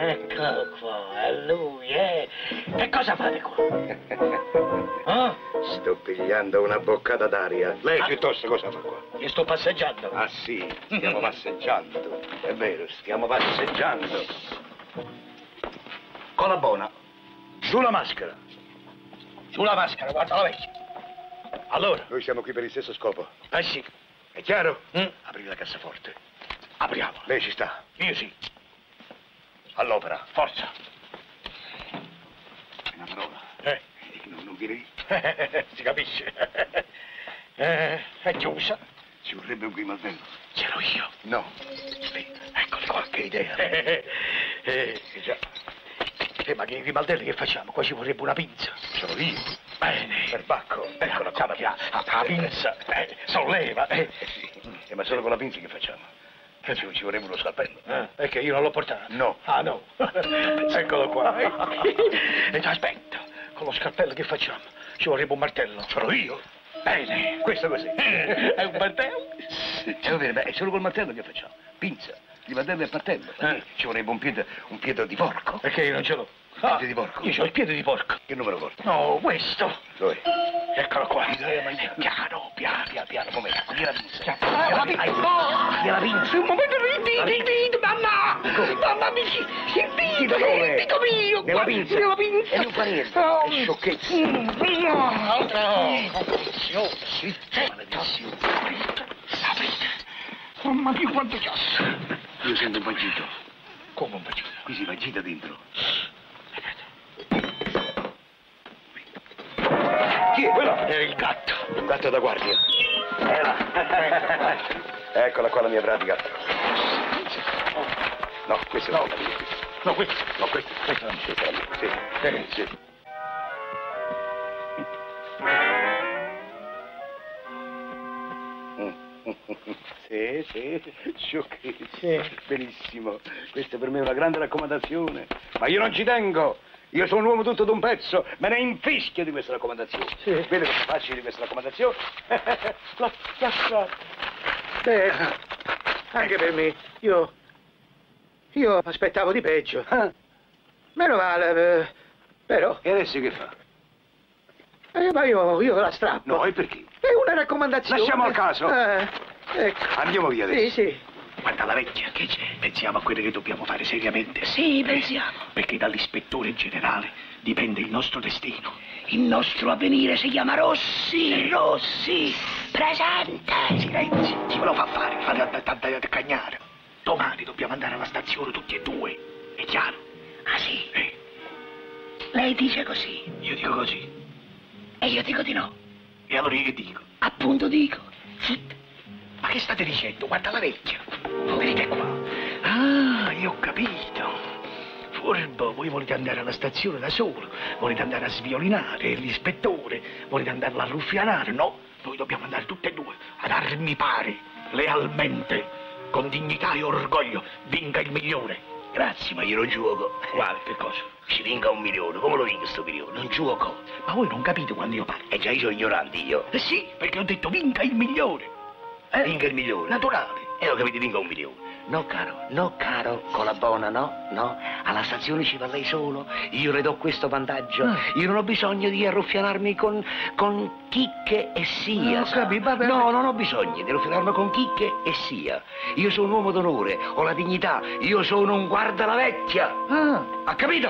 Ecco qua, è lui, eh. Che cosa fate qua? Ah, Sto pigliando una boccata d'aria. Lei piuttosto cosa fa qua? io sto passeggiando. Ah sì, stiamo passeggiando. È vero, stiamo passeggiando. Cola buona. Giù la maschera. Sulla maschera, guarda la vecchia. Allora, Noi siamo qui per il stesso scopo. eh sì, È chiaro? Mm. Apri la cassaforte. apriamola. Lei ci sta. Io sì, All'opera. forza. Una parola. Eh, Non, non direi. si capisce. Eh, è chiusa. Ci vorrebbe un grimaldello. Ce l'ho io. No. Eccoli qua, che idea. Eh, eh, eh, già. Eh, ma che i grimaldelli che facciamo? Qua ci vorrebbe una pinza. Sono io. Bene. Perbacco. Eccola qua, la, la, la pinza. Eh, solleva. Eh. Eh sì. Eh, ma solo con la pinza che facciamo? Eh, Ci, ci vorrebbe uno scalpello. Eh, Perché io non l'ho portato? No. Ah, no. Eccolo qua. E già, aspetta, con lo scalpello che facciamo? Ci vorrebbe un martello. Sono io. Bene. Questo così. Eh, È un martello? E va bene, ma è solo col martello che facciamo? Pinza, di martello e martello. Eh. Ci vorrebbe un piede, un piede di porco. Perché io non ce l'ho. Piede di porco. Ah. Io ho il piede di porco. Che numero porta? No, questo. Lo è. Eccolo qua. Piano, piano, piano, piano, un momento. Gliela pinza. Gliela pinza. Gliela pinza. Un momento, ridi, ridi, mamma. Mamma, mi si, si Dito dove? Nella pinza. È un parere. Oh, Che sciocchezza. mm, oh. Maledizione. Zitto. Maledizione. Aprite. Mamma mia, quanto chiasso. Io sento un vagito. Come un bacino. Qui si vagita dentro. Chi è quello? Era il gatto. Un gatto da guardia. Eccola qua la mia pratica. No, questa No. è la mia. No, questo. No, questa, questa è la mia. Questa è la mia. Sì. sì. Sì, sì, sciocchezza. Benissimo. Questa per me è una grande raccomandazione. Ma io non ci tengo. Io sono un uomo tutto d'un pezzo. Me ne infischio di questa raccomandazione. Sì. Vede cosa faccio di questa raccomandazione? La chiassa. Beh, anche per me. Io. Io aspettavo di peggio. Ah, Meno male, eh, però. E adesso che fa? eh, ma io, io la strappo. No, e perché? È una raccomandazione. Lasciamo al caso. Eh, ecco. Andiamo via Sì, adesso. sì. Guarda la vecchia, che c'è? Pensiamo a quello che dobbiamo fare seriamente. Eh, Sì, pensiamo. Perché dall'ispettore generale dipende il nostro destino. Eh. Il nostro avvenire si chiama Rossi. Rossi. Presente. Silenzio, chi me lo fa fare? Fate a, a, a, a cagnare. Domani dobbiamo andare alla stazione tutti e due. È chiaro? Ah sì, Eh, lei dice così. io dico così. E io dico di no. E allora io che dico? Appunto dico. Zitto. Ma che state dicendo? Guarda la vecchia. Venite qua. Ah, io ho capito. Furbo, voi volete andare alla stazione da solo, volete andare a sviolinare l'ispettore, volete andare a ruffianare, no? Noi dobbiamo andare tutte e due, ad armi pari, lealmente, con dignità e orgoglio, vinca il migliore. Grazie, ma io non gioco. Quale, che cosa? Ci vinca un milione, come lo vinco sto milione? Non gioco. Ma voi non capite quando io parlo. E già io sono ignorante io. Eh sì, perché ho detto vinca il Oh, migliore, Vinca il milione. naturale. E ho capito, vinca un milione. No, caro, no, caro, con la buona, no, no. Alla stazione ci va lei solo, io le do questo vantaggio. Ah. Io non ho bisogno di arruffianarmi con, con chicche e sia. No, Ah, ho capito, vabbè. No, non ho bisogno di arruffianarmi con chicche e sia. Io sono un uomo d'onore, ho la dignità, io sono un guarda la vecchia. Ah, Ha capito?